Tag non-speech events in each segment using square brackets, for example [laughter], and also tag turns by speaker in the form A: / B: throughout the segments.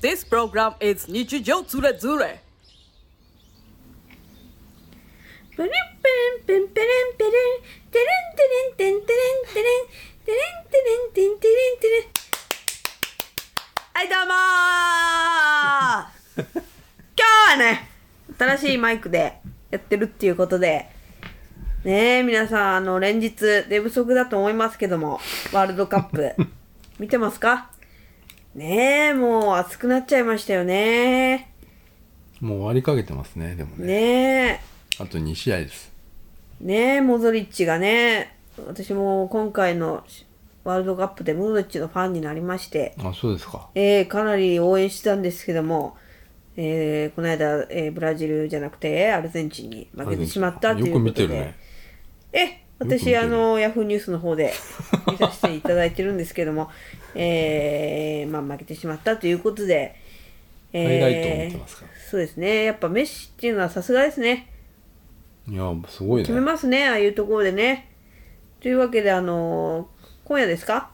A: This program is 日常ズレズレ
B: ペレンペレンペンペレンペレンテレンテレンテンテレンテレンテレンテレンテンテレンテレンはいどうもー今日はね新しいマイクでやってるっていうことでねえ皆さんあの連日寝不足だと思いますけどもワールドカップ見てますかねえもう暑くなっちゃいましたよね
C: もう終わりかけてますねでもね
B: ねえ
C: あと2試合です
B: ねえモドリッチがね私も今回のワールドカップでモドリッチのファンになりまして、
C: あそうですか
B: えーかなり応援してたんですけども、えーこの間、えーブラジルじゃなくてアルゼンチンに負けてしまったということで
C: よく見てるね
B: え
C: よく見て
B: 私
C: る
B: あのヤフーニュースの方で見させていただいてるんですけども、えーまあ、負けてしまったということで、え
C: ハイライトを見てますから
B: そうですねやっぱメッシっていうのはさすがですね
C: いやすごい
B: 決め
C: ね
B: ますねああいうところでねというわけであのー今夜ですか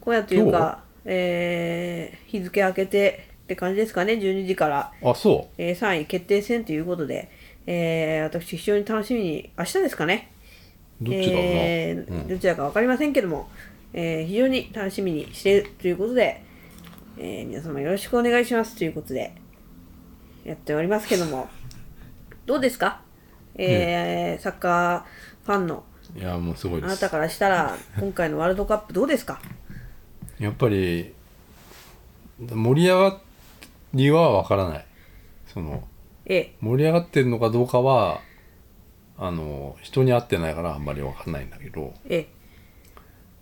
B: 今夜というか、えー日付明けてって感じですかね12時から、
C: あそ
B: えー3位決定戦ということで、えー私非常に楽しみに明日ですかね
C: うどっちだろうな、
B: えー
C: うん
B: どちらか分かりませんけども、えー非常に楽しみにしているということで、えー皆様よろしくお願いしますということでやっておりますけどもどうですか、えーサッカーファンの
C: いやもうすごい
B: あ
C: で
B: な
C: す
B: たからしたら今回のワールドカップどうですか
C: やっぱり盛り上がりはわからないその
B: え
C: 盛り上がってるのかどうかはあの人に会ってないからあんまりわかんないんだけど
B: ええ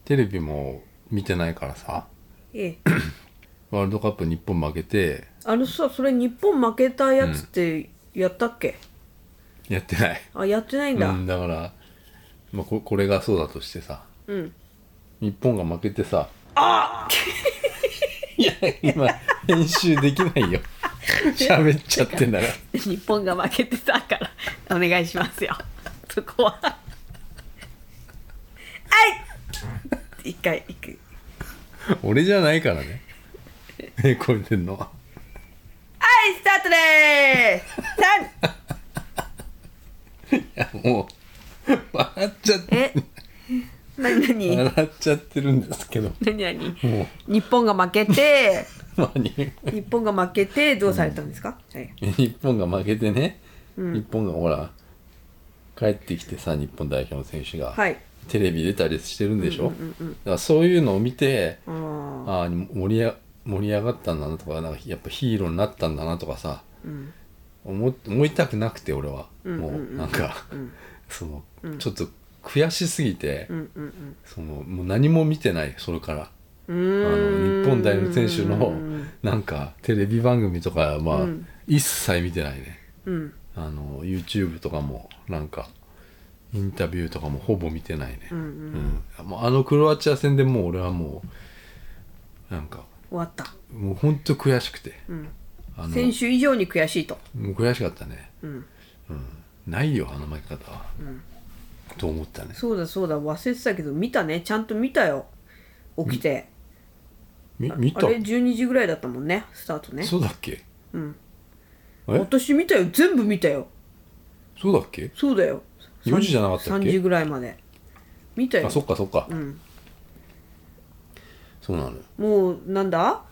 C: テレビも見てないからさ
B: えええ
C: ワールドカップ日本負けて
B: あのさそれ日本負けたやつってやったっけ、
C: やってない
B: あやってないんだ
C: うん、だから、まあ、ここれがそうだとしてさ
B: うん
C: 日本が負けてさあ [laughs] いや今編集できな
B: [laughs]
C: いよ喋っちゃってんだから
B: 日本が負けてたからお願いしますよそこははい一回いく
C: 俺じゃないからねえこれてんの
B: はいスタートでーす3
C: いやもう笑っちゃって
B: え何何
C: 笑っちゃってるんですけど
B: 何何
C: も
B: 日本が負けて
C: う何
B: 日本が負けてどうされたんですか、はい
C: 日本が負けてね、日本がほら帰ってきてさ日本代表の選手が、
B: はい
C: テレビ出たりしてるんでしょ、だからそういうのを見て
B: あー
C: ああ盛りあ盛り上がったんだなとかなんかやっぱヒーローになったんだなとかさ、思っ思いたくなくて俺は、もうなんか、 [laughs] その、ちょっと悔しすぎて、
B: うんうんうん
C: そのもう何も見てないそれから。
B: うー
C: あ
B: ん
C: の日本代表選手
B: う
C: の
B: ん
C: なんかテレビ番組とかまあ、
B: うん
C: 一切見てないね
B: うん
C: あの YouTube とかもなんかインタビューとかもほぼ見てないね、
B: うんうん
C: うん、もうあのクロアチア戦でもう俺はもうなんか
B: 終わった、
C: もうほんと悔しくて
B: うん、
C: あの
B: 選手以上に悔しいと、
C: もう悔しかったね、
B: うん、
C: うん、ないよあの負け方は、と思ったね
B: そうだそうだ忘れてたけど見たねちゃんと見たよ起きて
C: み見
B: あ
C: た
B: れ12時ぐらいだったもんねスタートね
C: そうだっけ
B: うん
C: え
B: 私見たよ全部見たよ
C: そうだっけ
B: そうだよ
C: 4時じゃなかったっけ
B: 3時ぐらいまで見たよ
C: あそっかそっか、
B: ん
C: そうなのよ
B: もうなんだ、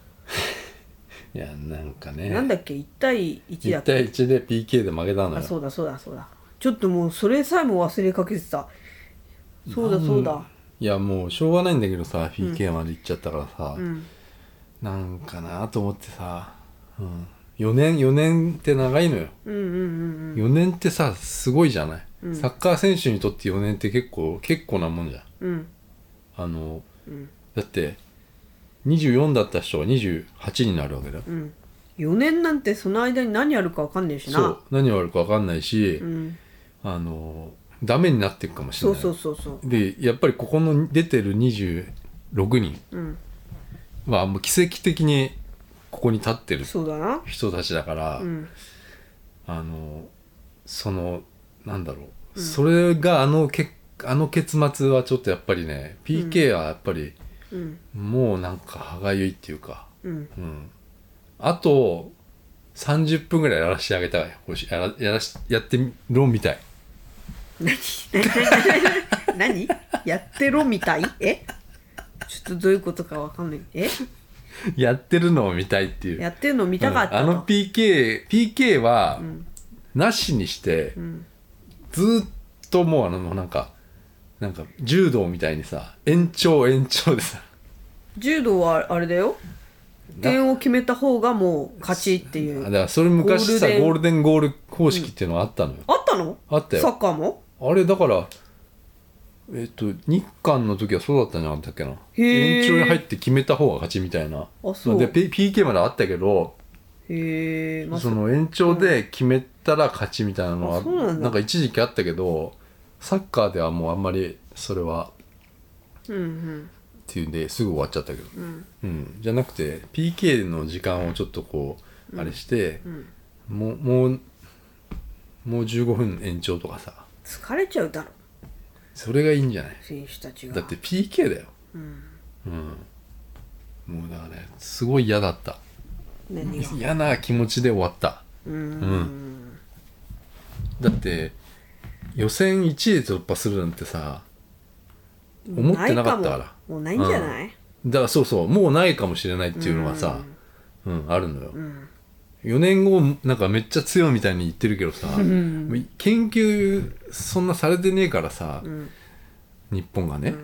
C: いやなんかね
B: なんだっけ1対1だ
C: 1
B: っけ
C: 対1で PK で負けたの
B: あ
C: よ
B: そうだそうだそうだちょっともうそれさえも忘れかけてたそうだそうだ
C: いやもうしょうがないんだけどさ PK まで行っちゃったからさ、
B: うん
C: なんかなと思ってさ、うん、4年4年って長いのよ
B: うんうんうん
C: 4年ってさすごいじゃない、サッカー選手にとって4年って結構結構なもんじゃん
B: うんうん
C: あの、だって24だった人が28になるわけだよ、
B: うん4年なんてその間に何やるか分かんねえしな
C: そう何があるか分かんないし、
B: うん、
C: あのダメになっていくかもし
B: そ
C: れ
B: う
C: ない
B: そうそうそう
C: でやっぱりここの出てる26人
B: うん
C: はもう奇跡的にここに立ってる
B: そうだな
C: 人たちだから、
B: うん
C: あのそのなんだろう、それがあのけあの結末はちょっとやっぱりね PK はやっぱり
B: うん
C: もうなんか歯がゆいっていうか、
B: うん
C: うん、あと30分ぐらいやらしてあげたい欲しいやらやらしやってみろ
B: [laughs]
C: みたい
B: 何何何やってろみたいえちょっとどういうことかわかんないえ
C: やってるのを見たいっていう
B: やってるの見たかった
C: うんあの PKPK は、
B: ん
C: なしにして、
B: ん
C: ずーっともうあのもうなんかなんか柔道みたいにさ延長延長でさ
B: 柔道はあれだよ
C: な
B: 点を決めた方がもう勝ちってい
C: だか
B: う
C: らそれ昔さゴー
B: ゴー
C: ルデンゴール方式っていうのがあったのよ、
B: あったの
C: あったよ
B: サッカーも
C: あれだからえっと日韓の時はそうだったんじゃなかったっけな
B: へー
C: 延長に入って決めた方が勝ちみたいな
B: あそう
C: で P- PK まであったけど
B: へえ、まあ、
C: その延長で決めたら勝ちみたいなのは、
B: あそうなんだ
C: なんか一時期あったけどサッカーではもうあんまりそれは
B: うんうん
C: っていうんですぐ終わっちゃったけど、うんじゃなくて PK の時間をちょっとこうあれして、もうもうもう15分延長とかさ
B: 疲れちゃうだろ
C: それがいいんじゃない
B: 選手たちが
C: だって PK だようん、もうだからねすごい嫌だった
B: 何が
C: 嫌な気持ちで終わった
B: うん
C: だって予選1位で突破するなんてさ思ってなかったから
B: いももうないんじゃない、
C: だからそうそうもうないかもしれないっていうのがさ、うんあるのよ、4年後なんかめっちゃ強いみたいに言ってるけどさ、もう研究そんなされてねえからさ、日本がね、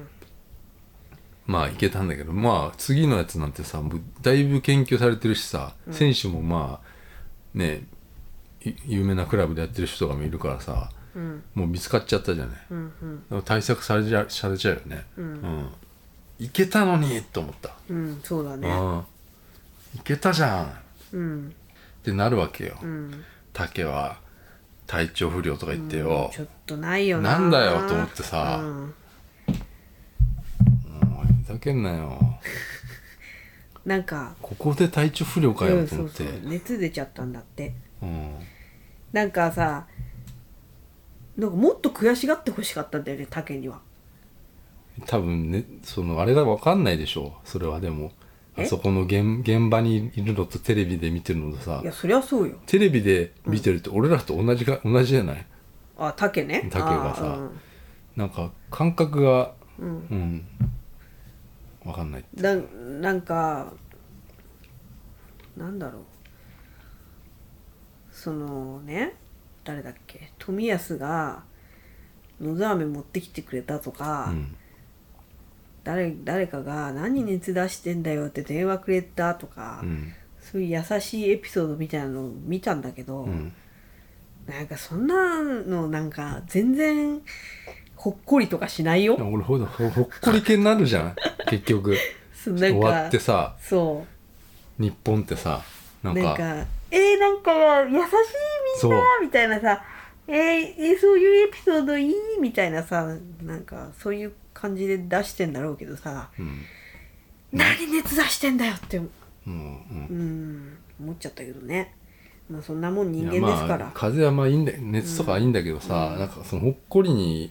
C: まあいけたんだけどまあ次のやつなんてさもうだいぶ研究されてるしさ、選手もまあねい有名なクラブでやってる人とかもいるからさ、もう見つかっちゃったじゃない、だから対策されちゃされちゃうよね、うんいけたのにと思った、
B: うんそうだね
C: うんいけたじゃんっ
B: うん
C: てなるわけよ、
B: うん
C: 竹は体調不良とか言ってよ、
B: ちょっとないよな
C: な
B: なん
C: だよと思ってさ、
B: うん、
C: もうふざけんなよ
B: なんか
C: ここで体調不良か
B: う
C: よ
B: んそ
C: と思っ
B: うそ
C: て
B: う熱出ちゃったんだって
C: うん
B: なんかさなんかもっと悔しがってほしかったんだよね竹には
C: 多分ねそのあれが分かんないでしょそれはでも
B: え
C: あそこの現現場にいるのとテレビで見てるのとさ
B: いやそりゃそうよ
C: テレビで見てると俺らと同じか、同じじゃない
B: あ竹ね
C: 竹がさ
B: あーうん
C: なんか感覚がうん、分かんない
B: ななんかなんだろうそのね誰だっけ富安がのど飴持ってきてくれたとか、
C: うん
B: 誰誰かが「何熱出してんだよ」って電話くれたとか、
C: うん
B: そういう優しいエピソードみたいなのを見たんだけど、
C: うん
B: なんかそんなのなんか全然ほっこりとかしない
C: いや
B: よ。
C: 俺ほどほほっこり系になる
B: [laughs]
C: じゃん結局
B: そうな
C: 終
B: ん
C: わ
B: か
C: ってさ
B: そう
C: 日本ってさなんか
B: なんか「えー、なんか優しいみんな」
C: そう
B: みたいなさ「えー、えーそういうエピソードいい」みたいなさなんかそういう感じで出してんだろうけどさ
C: うん
B: 「何熱出してんだよ」って
C: もう、うん
B: うん思っちゃったけどねまあそんなもん人間
C: いや
B: ですから、
C: まあ、風邪はまあいいんだ熱とかはいいんだけどさ、なんかそのほっこりに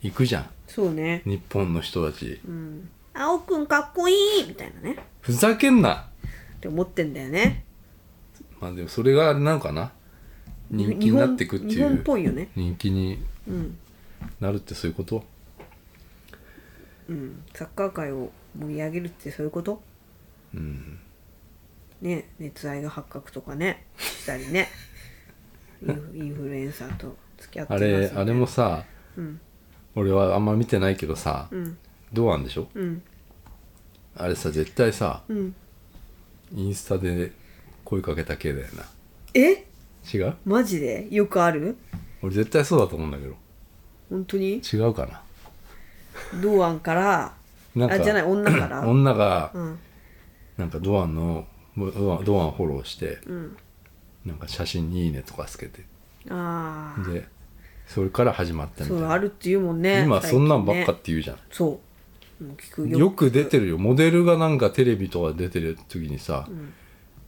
C: 行くじゃん
B: そうね
C: 日本の人たち、
B: うん「青くんかっこいい」みたいなね
C: ふざけんな
B: って思ってんだよね
C: まあでもそれがあれなんかな人気になってくって
B: 日
C: い
B: 本日本っ
C: う
B: ぽいよね
C: 人気に
B: うん、
C: なるってそういうこと
B: うん、サッカー界を盛り上げるってそういうこと
C: うん
B: ね熱愛が発覚とかねしたり
C: [laughs]
B: ねインフインフルエンサーと付き合って
C: あ
B: ます
C: れ
B: ね
C: あれもさ、
B: ん
C: 俺はあんま見てないけどさ、
B: うん
C: ドアンでしょ
B: うん
C: あれさ絶対さ
B: うん
C: インスタで声かけた系だよな
B: え
C: 違う
B: マジでよくある
C: 俺絶対そうだと思うんだけ
B: 本当に
C: ど違うかな
B: 堂安から
C: なんか
B: あじゃない女から
C: 女が、
B: うん
C: なんかドアンのドアンドアンをフォローして、
B: ん
C: なんか写真に「いいね」とかつけて
B: ああ
C: でそれから始まったみ
B: そ
C: たいうな
B: あるっていうもんね
C: 今そんなんばっか
B: 最近
C: っ
B: ね
C: て言うじゃん、
B: そうもう聞く
C: よく出てるよモデルがなんかテレビとか出てる時にさ、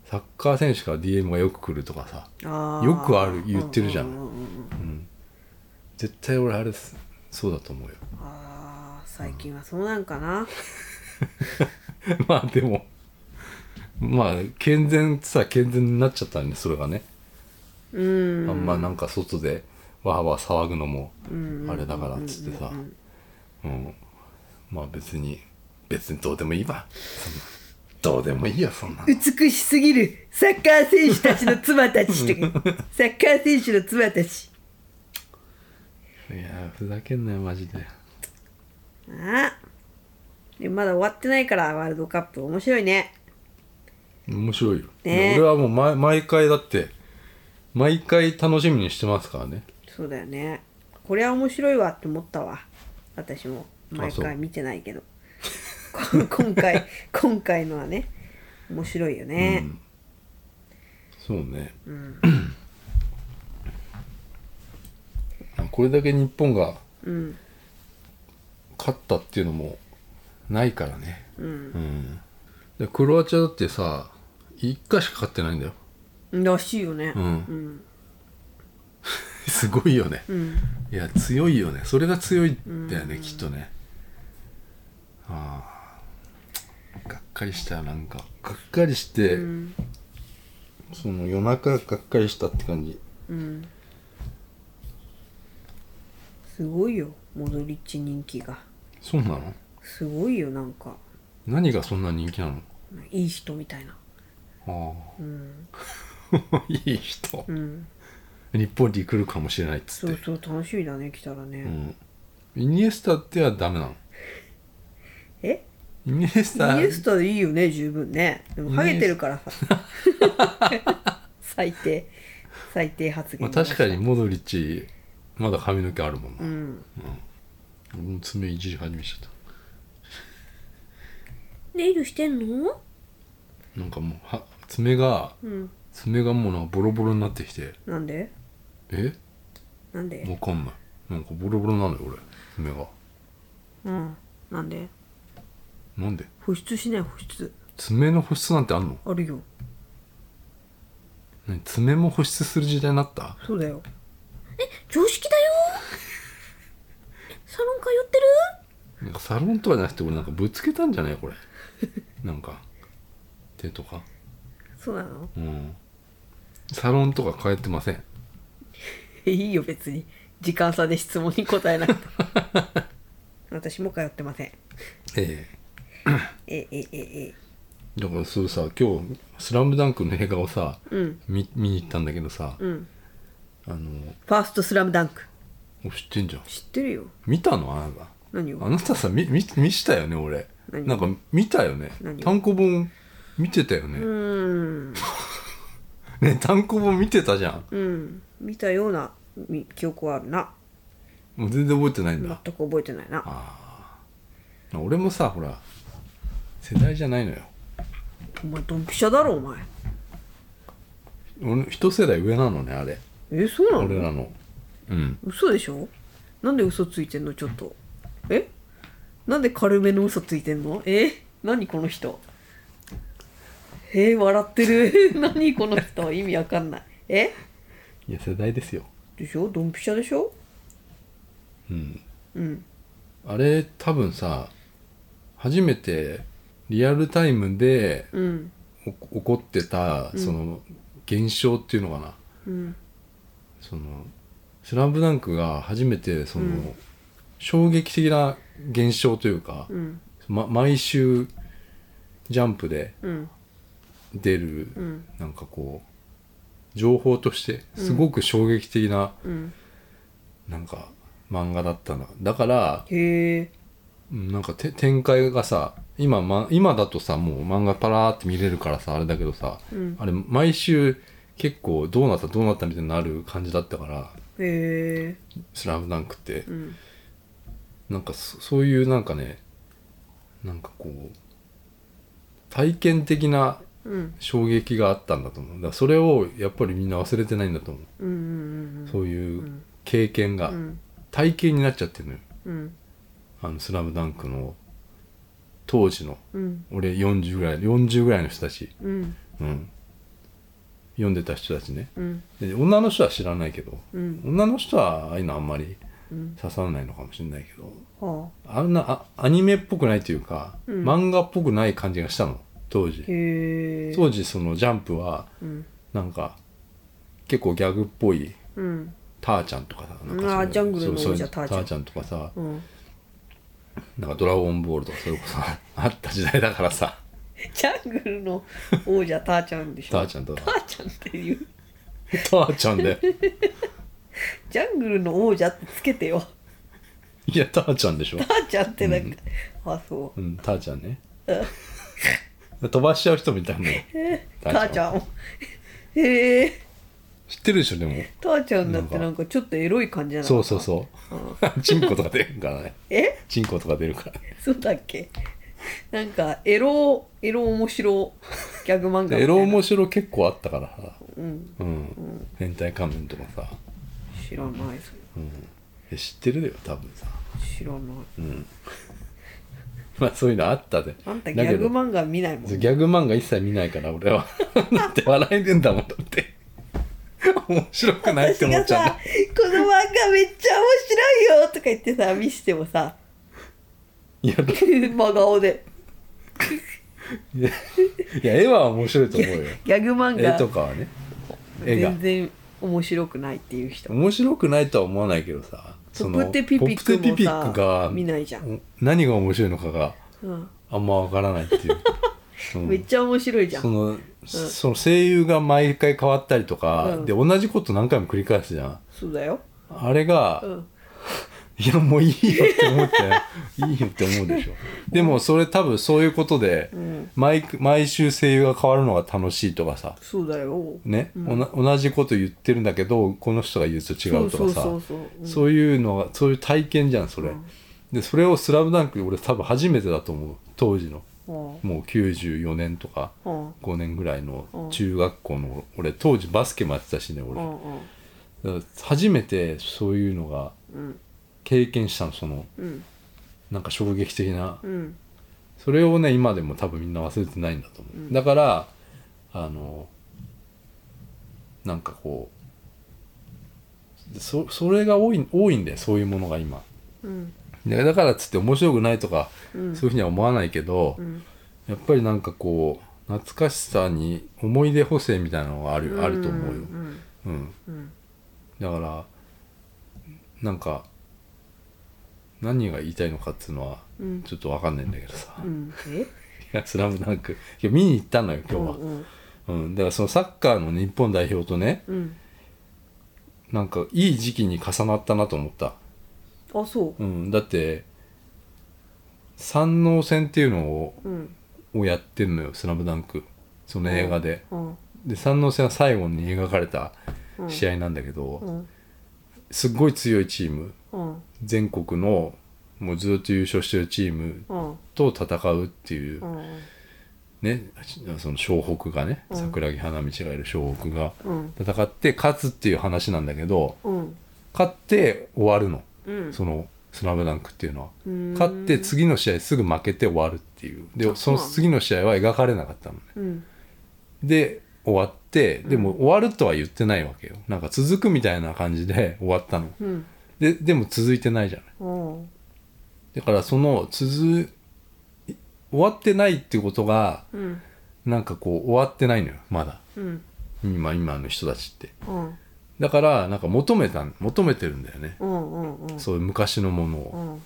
C: サッカー選手から DM がよく来るとかさ
B: あー
C: よくある言ってるじゃ
B: う
C: ん
B: うううん
C: 絶対俺あれすそうだと思うよ [laughs]
B: あー最近はそうなんかな
C: まあでもまあ健全ってさ健全になっちゃったんでそれがね、
B: うん
C: あんまなんか外でわはわ騒ぐのもあれだからっつってさうんまあ別に別にどうでもいいわそんなどうでもいいよそんなの
B: 美しすぎるサッカー選手たちの妻たちとかサッカー選手の妻たち
C: いやーふざけんなよマジで
B: ああでまだ終わってないからワールドカップ面白いね
C: 面白いよ、
B: ねえ
C: 俺はもう毎毎回だって毎回楽しみにしてますからね
B: そうだよねこれは面白いわって思ったわ私も毎
C: あそう
B: 回見てないけどこ [laughs] 今回今回のはね面白いよね、
C: そうね、これだけ日本が勝ったっていうのもないからね、うんでクロアチアだってさ1回しか勝ってないんだよ、
B: らしいよね、
C: うん [laughs] すごいよね、いや強いよねそれが強いんだよね、きっとねああがっかりしたよなんかがっかりして、その夜中がっかりしたって感じ
B: すごいよモドリッチ人気が
C: そうなの
B: すごいよなんか
C: 何がそんな人気なの
B: いい人みたいな
C: ああ、 [laughs] いい人、
B: ん
C: 日本に来るかもしれないっつ
B: そ
C: っ
B: う
C: て
B: そう楽しみだね来たらね、
C: うんイニエスタってはダメなの
B: え
C: イニエスタ
B: イエスタでいいよね十分ねでもハゲてるからさ最低最低発
C: まあ、
B: 言
C: 確かにモドリッチまだ髪の毛あるもんな、
B: うん
C: 俺も爪いじり始めちゃっ
B: ネイルしてんの
C: たなんかもうは爪が、
B: ん
C: 爪がもうなんかボロボロになってきて
B: なんで
C: え
B: なんで
C: わかんないなんかボロボロなのよ俺爪が
B: うんなんで
C: なんで
B: 保湿しない保湿
C: 爪の保湿なんてあんの
B: あるよ
C: 何爪も保湿する時代になった
B: そうだよ
D: 常識だよサロン通ってる
C: なんかサロンとかじゃなくて俺なんかぶつけたんじゃないこれなんか手とか
B: そうなの
C: うんサロンとか通ってません
B: いいよ別に時間差で質問に答えな
C: [laughs]
B: くて私も通ってません
C: ええ
B: ええええ
C: だからそうさ今日「スラムダンクの映画をさ、
B: うん
C: 見見に行ったんだけどさ、
B: ん
C: あの
B: ファーストスラムダンク
C: お知ってんじゃん
B: 知ってるよ
C: 見たのあなた
B: 何を
C: あなたさ見見見したよね俺
B: 何
C: なんか見たよね
B: 何
C: 単行本見てたよね、
B: うーん
C: ね単行本見てたじゃん
B: うん見たようなみ記憶はあるな
C: もう全然覚えてないん
B: 全
C: だ
B: く覚えてないな
C: 俺もさほら世代じゃないのよ
B: お前ドンピシャだろお前
C: 俺一世代上なのねあれ
B: えそうな
C: 俺
B: の
C: らのうん
B: 嘘でしょなんで嘘ついてんのちょっとえなんで軽めの嘘ついてんのえ何この人えー、笑ってる [laughs] 何この人意味わかんないえ
C: いや世代ですよ
B: でしょドンピシャでしょ
C: うん
B: うん
C: あれ多分さ初めてリアルタイムで
B: うん
C: お起こってたその現象っていうのかな、
B: うん
C: その「スラムダンクが初めてその、衝撃的な現象というか、
B: うん
C: ま、毎週ジャンプで
B: うん
C: 出る、
B: ん
C: なんかこう情報としてすごく衝撃的な、
B: うん
C: なんか漫画だったのだから
B: へえ
C: うんなんかて展開がさ今,、ま、今だとさもう漫画パラーって見れるからさあれだけどさ、
B: うん
C: あれ毎週結構どうなったどうなったみたいになる感じだったから
B: へえ
C: 「スラムダンクって、
B: うん
C: なんかそそういうなんかねなんかこう体験的な
B: うん
C: 衝撃があったんだと思うだからそれをやっぱりみんな忘れてないんだと思う、
B: うんうん
C: そういう経験が、
B: ん
C: 体験になっちゃってるのよ
B: うんうん
C: 「あのスラムダンクの当時の
B: うん
C: 俺40ぐらい40ぐらいの人たち、
B: うん
C: うん、読んでた人たちね
B: うん
C: で女の人は知らないけど、
B: うん
C: 女の人はああいうのあんまり
B: うん
C: 刺さらないのかもしれないけど、
B: は
C: あんなあアニメっぽくないというか、漫画っぽくない感じがしたの
B: あ
C: 当時
B: へえ
C: 当時そのジャンプはなんか結構ギャグっぽい
B: うん
C: ターちゃんとかさなんか
B: うんあージャングルの王者
C: そうそう
B: ターちゃん
C: ターちゃんとかさ
B: うん
C: なんかドラゴンボールとかそれこそあった時代だからさ
B: ジャングルの王者ターちゃんでしょ
C: ターちゃんとか
B: ターちゃんっていう
C: ターちゃんで
B: ジャングルの王者ってつけてよ
C: いやターちゃんでしょ
B: ターちゃんってなんか、あそう
C: うんターちゃんね飛ばしちゃう人もいたんだよ
B: ターちゃんをへえ
C: 知ってるでしょでも
B: ターちゃんだってなんかちょっとエロい感じじゃない
C: そうそうそうチンコとか出るからね
B: え
C: チンコとか出るからね
B: そうだっけなんかエロエロ面白ギャグ漫画みたいな
C: エロ面白結構あったからさ
B: うん
C: うん変態仮面とかさ
B: 知らないそれ
C: え知ってるだよ多分さ
B: 知らない
C: まあそういうのあったで
B: あんたギャグ漫画見ないもん
C: ギャグ漫画一切見ないから
B: [laughs]
C: 俺はだって笑えてんだもんだって面白くないっ
B: 私
C: て思っ
B: が
C: ちゃうん
B: さ
C: だ
B: 「この漫画めっちゃ面白いよ」とか言ってさ見してもさ
C: いや
B: 真顔で
C: いやいや絵は面白いと思うよ
B: ギャグ漫
C: 絵と
B: 画
C: かはね絵が
B: 全然面白くないっていう人
C: 面白くないとは思わないけどさその
B: ポプテピピックもさ
C: ポプテピピックが
B: 見ないじゃん
C: お何が面白いのかが
B: うん
C: あんまわからないっ
B: [laughs]
C: ていう、うん
B: めっちゃ面白いじゃ
C: そ
B: ん
C: の,、その声優が毎回変わったりとか、
B: うん
C: で同じこと何回も繰り返すじゃん
B: そうだよ
C: あれが、
B: うん
C: いやもういいよって思って
B: [laughs]
C: いいよって思うでしょでもそれ多分そういうことで、毎毎週声優が変わるのが楽しいとかさ
B: そうだよ
C: ね、おな同じこと言ってるんだけどこの人が言うと違うと
B: そうそ
C: かさ
B: うそうそううん
C: そういうのがそういう体験じゃんそれ、でそれを「スラムダンクで俺多分初めてだと思う当時の
B: は
C: もう94年とか
B: あは
C: 5年ぐらいの
B: ん
C: 中学校の俺当時バスケもやってたしね
B: あう
C: 俺、
B: んうん
C: だから初めてそういうのが
B: うん
C: 経験したのその
B: うん
C: なんか衝撃的な
B: うん
C: それをね今でも多分みんな忘れてないんだと思う、だからあのなんかこうそそれが多い多いんだよそういうものが今
B: うん
C: でだからっつって面白くないとか、そういうふうには思わないけど、
B: ん
C: やっぱりなんかこう懐かしさに思い出補正みたいなのがある,、あると思うよ、
B: ん
C: うん
B: うん
C: だからなんか何が言いたいのかっていうのは
B: うん
C: ちょっとわかんないんだけどさ「
B: う
C: い
B: んえ
C: や [laughs] スラムダンクいや見に行ったのよ今日は、
B: うん
C: うん、だからそのサッカーの日本代表とね
B: うん
C: なんかいい時期に重なったなと思った、
B: うんあそ
C: うん、だって山王戦っていうのを
B: ううん
C: をやってんのよ「スラムダンクその映画で、
B: うん
C: で山王戦は最後に描かれた試合なんだけど、
B: うん
C: すっごい強いチーム
B: うん
C: 全国のもうずっと優勝してるチーム
B: うん
C: と戦うっていう
B: う、ん
C: ねその湘北がね桜木花道がいる湘北が
B: うん
C: 戦って勝つっていう話なんだけど
B: うん
C: 勝って終わるの、
B: うん
C: その「スラムダンクっていうのは
B: うーん
C: 勝って次の試合すぐ負けて終わるっていうで
B: あ
C: そ
B: そう
C: の
B: なの
C: 次の試合は描かれなかったのね
B: うん
C: で終わってでも終わるとは言ってないわけよなんか続くみたいな感じで終わったの
B: うん
C: ででも続いてないじゃない
B: うん
C: だからその続い終わってないっていうことが
B: うん
C: なんかこう終わってないのよまだ
B: うん
C: 今今の人たちって
B: うん
C: だからなんか求めた求めてるんだよね
B: うんうんうん
C: そういう昔のもの
B: う
C: を
B: ん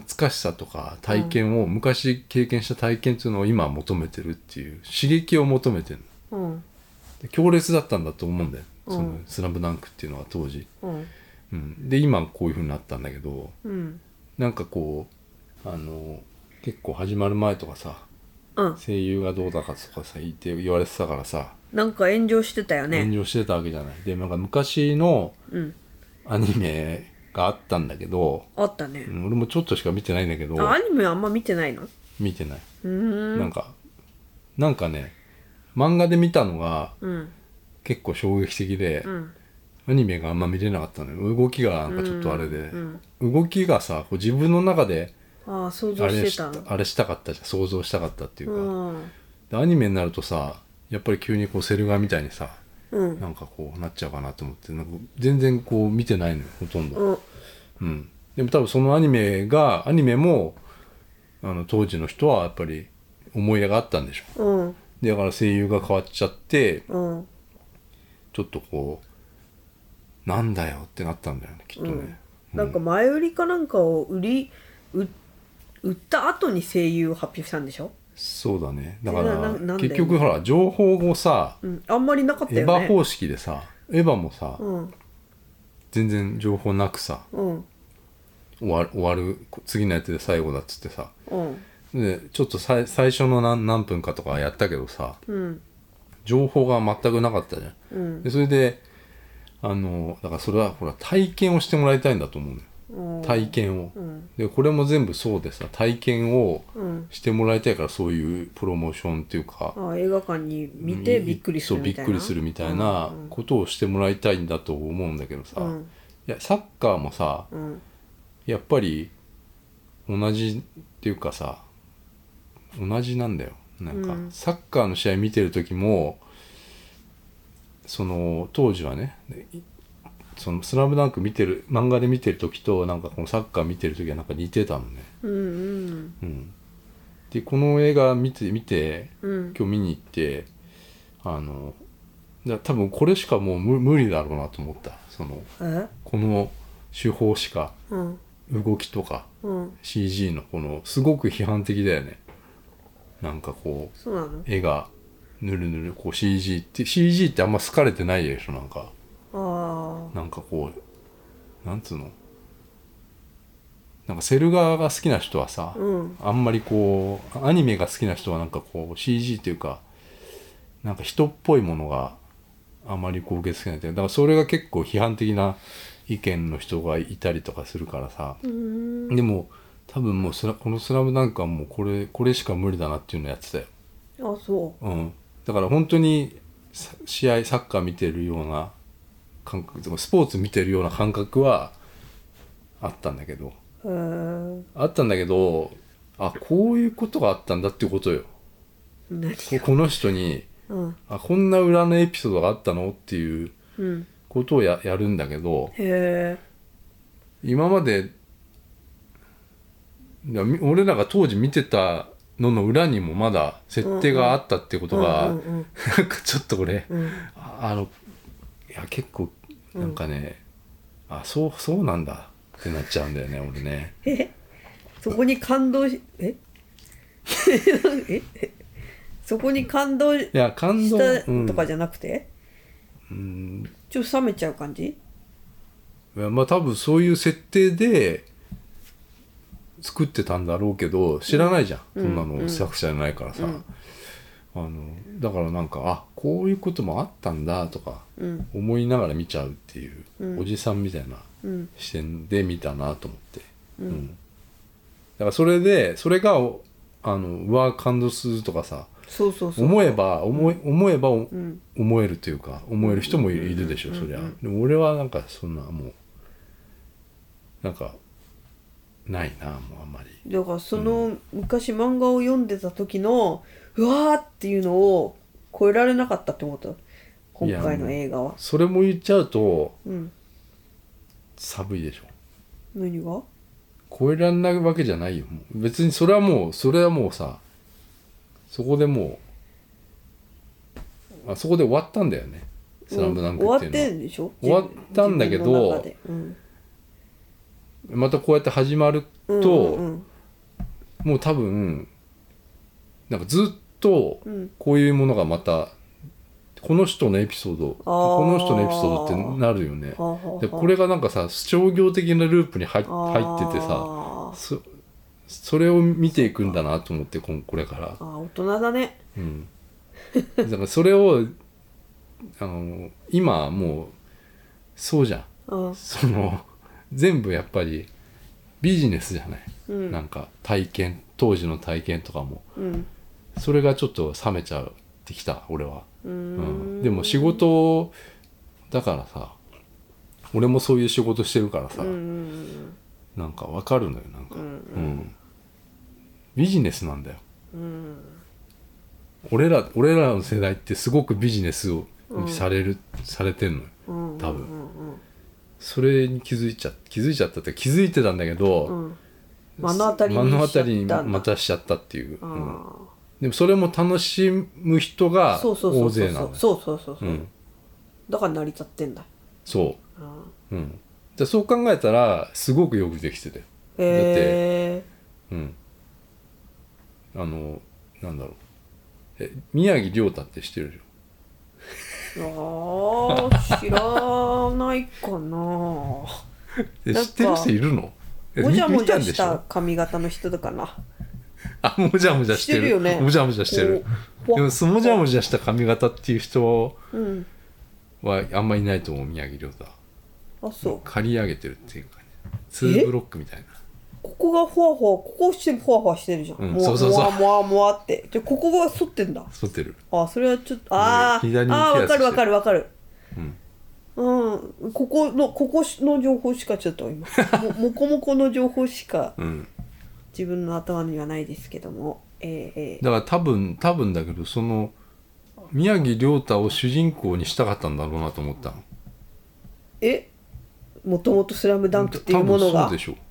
C: 懐かしさとか体験を昔経験した体験っていうのを今求めてるっていう刺激を求めてるの
B: うん
C: で強烈だったんだと思うんだよその
B: うん
C: 「スラムダンクっていうのは当時、
B: うん
C: うん、で今こういう風になったんだけど
B: うん
C: なんかこうあの結構始まる前とかさ
B: うん
C: 声優がどうだかとかさ言って言われてたからさ、
B: なんか炎上してたよ
C: 炎
B: ね
C: 上してたわけじゃないでなんか昔の
B: うん
C: アニメがあったんだけど
B: あった
C: う
B: ね
C: ん俺もちょっとしか見てないんだけど
B: あアニメあんま見てないのう
C: 見てない、
B: ーん
C: なんかなんかね漫画で見たのが
B: うん
C: 結構衝撃的で、
B: うん
C: アニメがあんま見れなかったのよ動きがなんかちょっとあれで、動きがさこう自分の中で
B: ああ想
C: あ
B: 像し
C: れ
B: て
C: したた
B: の
C: あれしたかったじゃん想像したかったっていうか、
B: うん
C: でアニメになるとさやっぱり急にこうセル画みたいにさ
B: うん
C: なんかこうなっちゃうかなと思ってなんか全然こう見てないのよほとんど、
B: うん
C: うん、でも多分そのアニメがアニメもあの当時の人はやっぱり思い入れがあったんでしょ
B: うん
C: でだから声優が変わっちゃって
B: うん
C: ちょっとこうなんだよってなったんだよねきっとね、
B: なんか前売りかなんかを売り売売った後に声優を発表したんでしょ、
C: そうだねだ
B: で
C: か
B: なな
C: ら
B: なんで
C: 結局ほら情報をさ、
B: うん、あんまりなかった
C: エ
B: よ
C: ヴ
B: ね
C: ァ方式でさエヴァもさ、
B: うん
C: 全然情報なくさ
B: うん
C: 終わる終わる次のやつで最後だっつってさ
B: うん
C: でちょっとさい最初の何何分かとかやったけどさ
B: うん
C: 情報が全くなかったじゃん、
B: うん
C: でそれであのだからそれはほら体験をしてもらいたいんだと思うのよ
B: うん
C: 体験を、
B: ん
C: でこれも全部そうでさ体験を
B: うん
C: してもらいたいからそういうプロモーションっていうか、
B: あ映画館に見てびっくりするみたいな
C: そうびっくりするみたいなことをしてもらいたいんだと思うんだけどさ、
B: うん
C: いやサッカーもさ
B: うん
C: やっぱり同じっていうかさ同じなんだよなんか、
B: うん
C: サッカーの試合見てる時もその当時はねいそのスラムダンク見てる漫画で見てる時となんかこのサッカー見てる時はなんか似てたのね。
B: うん
C: うん、でこの映画見て見て
B: うんうん
C: 今日見に行ってあのだ多分これしかもう無無理だろうなと思ったその
B: え
C: この手法しか
B: うん
C: 動きとか
B: うん
C: CG のこのすごく批判的だよねなんかこう
B: そうなの
C: 絵がぬるぬるこう CG って CG ってあんま好かれてないでしょなんか
B: あ
C: なんかこうなんつうのなんかセル画が好きな人はさ、
B: あうん
C: あんまりこうアニメが好きな人はなんかこう CG というかなんか人っぽいものがあまりこう受け付けないというかだからそれが結構批判的な意見の人がいたりとかするからさ、
B: うん
C: でも多分もうスラこの「スラムダンクはもうこれこれしか無理だなっていうのやってたよ、
B: あそ
C: うん、だから本当にさ試合サッカー見てるような感覚スポーツ見てるような感覚はあったんだけど
B: うへえ
C: あったんだけどあこういうことがあったんだっていうことよ
B: 何が
C: ここの人に
B: うん
C: あこんな裏のエピソードがあったのっていう
B: うん
C: ことをややるんだけど
B: へえ
C: 今までいやみ俺らが当時見てたのの裏にもまだ設定があったってことが、
B: うんうん
C: なんかちょっとこれ、
B: うん
C: ああのいや結構なんかね、あそうそうなんだってなっちゃうんだよね俺ね。
B: そこに感動しえ [laughs] えそこに感動し
C: いや感動
B: た
C: うん
B: とかじゃなくて、
C: うん
B: ちょっと冷めちゃう感じ
C: いやまあ多分そういう設定で作ってたんだろうけど知らないじゃん、そんなの作者じゃないからさ、あのだからなんかあこういうこともあったんだとか
B: うん
C: 思いながら見ちゃうっていう、
B: うん
C: おじさんみたいな
B: うん
C: 視点で見たなと思って、うんだからそれでそれがおあのうわ感動するとかさ
B: そうそうそう
C: 思えば思い思えばお
B: ん
C: 思えるというか思える人もいいるでしょそりゃでも俺はなんかそんなもうなんかないなもうあんまり
B: だからその昔漫画を読んでた時のうわーっていうのを超えられなかったってこと今回の映画は
C: それも言っちゃうと
B: うん
C: 寒いでしょ
B: 何が
C: 超えられないわけじゃないよもう別にそれはもうそれはもうさそこでもうあそこで終わったんだよね「スラムダンク
B: うん
C: っ
B: 終
C: て
B: わ
C: い
B: って
C: うのは
B: んでしょ
C: 終わったんだけど
B: 自分の中でうん
C: またこうやって始まると、
B: うん
C: もう多分なんかずっと
B: うん
C: こういうものがまたこの人のエピソードこの人のエピソードってなるよね
B: はあはあはあ
C: でこれがなんかさ商業的なループに入っ入っててさ
B: あー
C: そそれを見ていくんだなと思ってこんこれから
B: あー大人だね
C: うん、
B: [laughs]
C: だからそれをあの今もうそうじゃん
B: うん
C: その全部やっぱりビジネスじゃない、
B: うん
C: なんか体験当時の体験とかも
B: うん
C: それがちょっと冷めちゃってきた俺は、
B: う
C: うんん、でも仕事だからさ俺もそういう仕事してるからさ、
B: うん
C: なんかわかるのよなんか、
B: うん
C: うんビジネスなんだよ
B: うん
C: 俺ら俺らの世代ってすごくビジネスをにされる、されてんのよ
B: うん
C: 多分、
B: うん
C: それに気づいちゃ気づいちゃったって気づいてたんだけど、
B: うん目の当たり
C: 目
B: に
C: の
B: し
C: 当
B: ちゃっ
C: た
B: た
C: り
B: ん
C: に
B: だ
C: またしちゃったっていう、
B: あ
C: うん
B: ー
C: でもそれも楽しむ人が
B: そうそうそ
C: 大
B: うそう
C: 勢な
B: そ
C: の
B: う
C: よ
B: そうそうそうそう、
C: うん
B: だから成り立ってんだ
C: そ
B: あ
C: う、うん、でそう考えたらすごくよくできてて、
B: ーへえ
C: うん、あのなんだろうえ宮城亮太って知ってるでしょ
B: あー知らないかな
C: え
B: なんか
C: 知ってる人いるのえ
B: もじゃ
C: み
B: も
C: 見
B: じ
C: た
B: ゃ
C: んで
B: し
C: しょ
B: た髪型の人だかな
C: あもじゃもじゃしてる
B: してるよね
C: もじゃもじゃしてる
B: お
C: でもそのもじゃもじゃした髪型っていう人
B: うん
C: はあんまりいないと思う宮城亮太
B: あそう
C: 刈り上げてるっていうかねツーブロックみたいな
B: ここがほわほわここしてほわほわしてるじゃん、
C: うん
B: もわ
C: そうそうそ
B: もわ
C: う
B: もわもわってじゃあここが反ってんだ
C: 剃ってる
B: あそれはちょっとあー、
C: 左に
B: あーわ
C: ピアスし
B: か
C: て
B: る
C: る
B: わかるわかる
C: うん
B: うんここのここの情報しかちょっと今ももこもこの情報しか
C: うん
B: 自分の頭にはないですけどもえー、えー
C: だから多分多分だけどその宮城亮太を主人公にしたかったんだろうなと思ったの
B: えもともと「スラムダンクっていうもの
C: 多
B: が
C: 分そう
B: っ
C: でしょって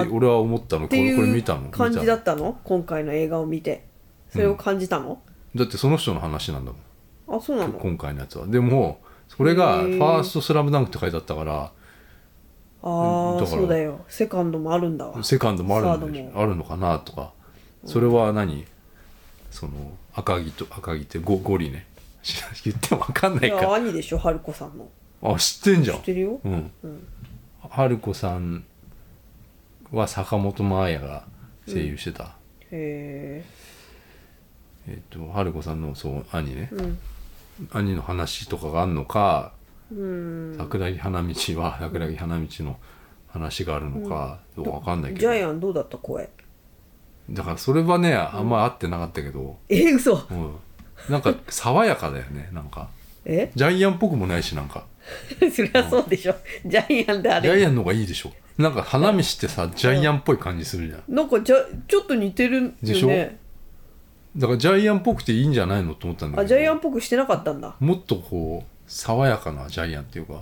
B: あ
C: 俺は思ったのこ
B: て
C: れこれ
B: い
C: 見
B: う
C: たの
B: 感じだ
C: 見
B: ったの今回の映画を見てそれを感じたの、
C: ただってその人の話なんだもん
B: あそうなの
C: 今回のやつはでもそれが
B: へ
C: 「フ
B: ー
C: ァーストスラムダンクって書いてあったから
B: ああ
C: だから
B: そうだよセカンドもあるんだわ
C: セカンドもあるん
B: サー
C: でし
B: ド
C: ょあるのかなとかそれは何その赤城と赤城ってゴゴリね [laughs] 言っても分かんないい
B: や
C: か
B: 兄でしょ春子さんの
C: あ知ってんじゃ
B: 知
C: ん
B: ってるよ
C: うん
B: うん
C: 春子さんは坂本真綾が声優してた、
B: へ
C: えっと春子さんのそう兄ね
B: え、うん
C: 兄の話とかがあるのか
B: うん
C: 桜木花道は桜木花道の話があるのかどうか分かんないけ
B: ジ
C: ど
B: ャイアンどうだった声 [laughs]
C: だからそれはねあんま合ってなかったけど、
B: え嘘
C: うんなんか爽やかだよねなんか
B: え [laughs]
C: ジャイアンっぽくもないしなんか
B: そりゃそうでしょジャイアンであ
C: ジャイ
B: れ
C: アンの方がいいでしょなんか花見してさジャイアンっぽい感じするじゃん
B: なんかじゃちょっと似てるよ
C: でしょ
B: ね
C: だからジャイアンっぽくていいんじゃないのと思ったんだ
B: あ
C: け
B: ジ
C: ど
B: ャイアンっぽくしてなかったんだ
C: もっとこう爽やかなジャイアンっていうか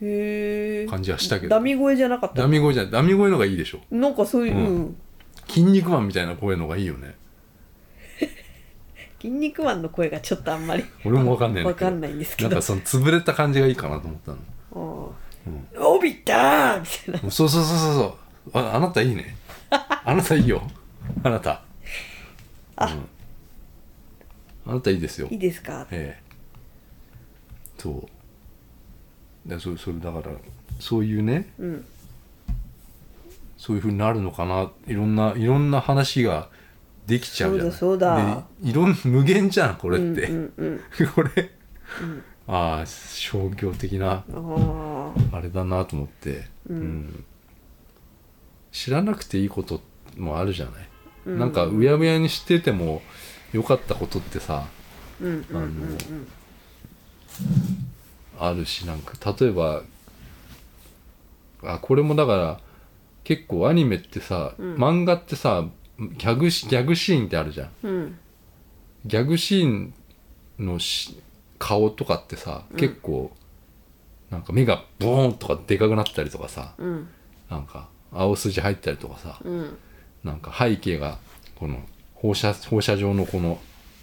B: へえ
C: 感じはしたけど
B: ダミ声じゃなかった
C: ダミ声じゃないダミ声の方がいいでしょ
B: なんかそういう、う
C: うん
B: ん、
C: 筋肉マンみたいな声の方がいいよね
B: 筋肉マンの声がちょっとあんまり
C: 俺もわかんない
B: わ
C: だけ
B: か
C: ど
B: んないんですけ
C: な
B: ど
C: んかその潰れた感じがいいかなと思ったの
B: うん伸びたーみたいな
C: そうそうそうそうそうああなたいいねあなたいいよあなた
B: あ
C: あなたいいですよ
B: いいですか
C: ええそうでそれそれだからそういうね、
B: ん
C: そういうふうになるのかないろんないろんな話ができちゃうじゃない
B: そうだそうだ
C: でいろん無限じゃんこれっ
B: うん
C: て、
B: うんうん
C: [laughs] これ、ああ商業的な
B: あ
C: あれだなと思って、うん知らなくていいこともあるじゃない、なんかうやむやに知ってても良かったことってさ、あのあるしなんか例えばあこれもだから結構アニメってさ、漫画ってさギャグシギャグシーンってあるじゃん
B: あうん
C: ギャグシーンのし顔とかってさ、結構なんか目がボーンとかでかくなったりとかさ、
B: うん
C: なんか青筋入ったりとかさ、
B: うん
C: なんか背景がこの放射放射状のこの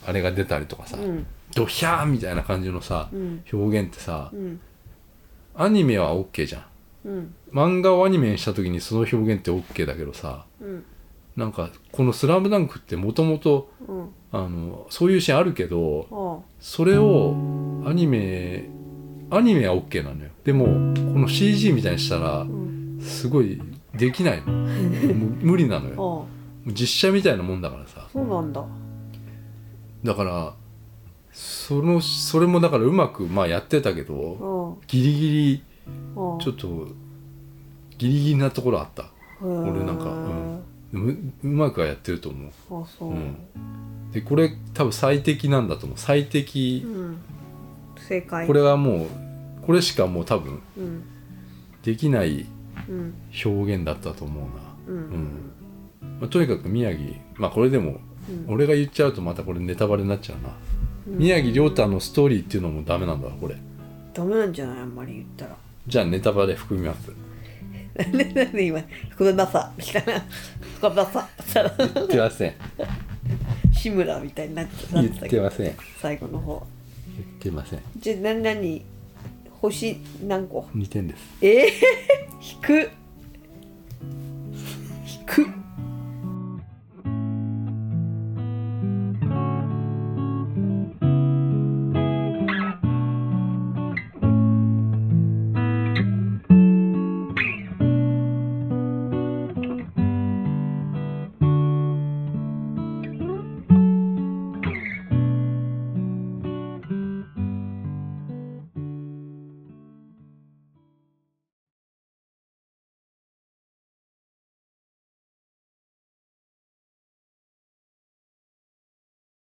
C: あれが出たりとかさ、
B: ん
C: ドヒャーみたいな感じのさ、
B: ん
C: 表現ってさ、
B: ん
C: アニメは OK じゃん
B: うん
C: 漫画をアニメにした時にその表現って OK だけどさ
B: うん
C: なんかこの「スラムダンクってもともと
B: うん
C: そういうシーンあるけど
B: あ
C: それをアニメアニメは OK なのよでもこの CG みたいにしたら
B: ん
C: すごいできないのもう無理なのよ
B: あ
C: も
B: ああ
C: う実写みたいなもんだからさ
B: そうなんだ
C: だからそのそれもだからうまくまあやってたけ
B: う
C: ど
B: んうん
C: ギリギリち
B: ち
C: ょっとギリギリなところあった
B: 俺
C: 俺なんかうんでもううまくはやってると思う
B: あそう、
C: うんでこれ多分最適なんだと思う最適
B: うん正解
C: これはもうこれしかもう多分
B: うん
C: できない
B: うん
C: 表現だったと思うな
B: うん
C: うん、まあ、とにかく宮城まあこれでも
B: うん
C: 俺が言っちゃうとまたこれネタバレになっちゃうな、宮城亮太のストーリーっていうのもダメなんだこれ
B: ダメなんじゃないあんまり言ったら
C: じゃあネタバレ含みます
B: [laughs] なんでなんで今「ごめんなさい」みたいな「ごめんなさい」そしたら [laughs]
C: 言ってません
B: 志村みたいになってな
C: 言
B: ってた
C: って
B: けど
C: ません
B: 最後の方
C: 言ってません
B: じゃあ何何星何個
C: 2点です
B: えー、低っ低っ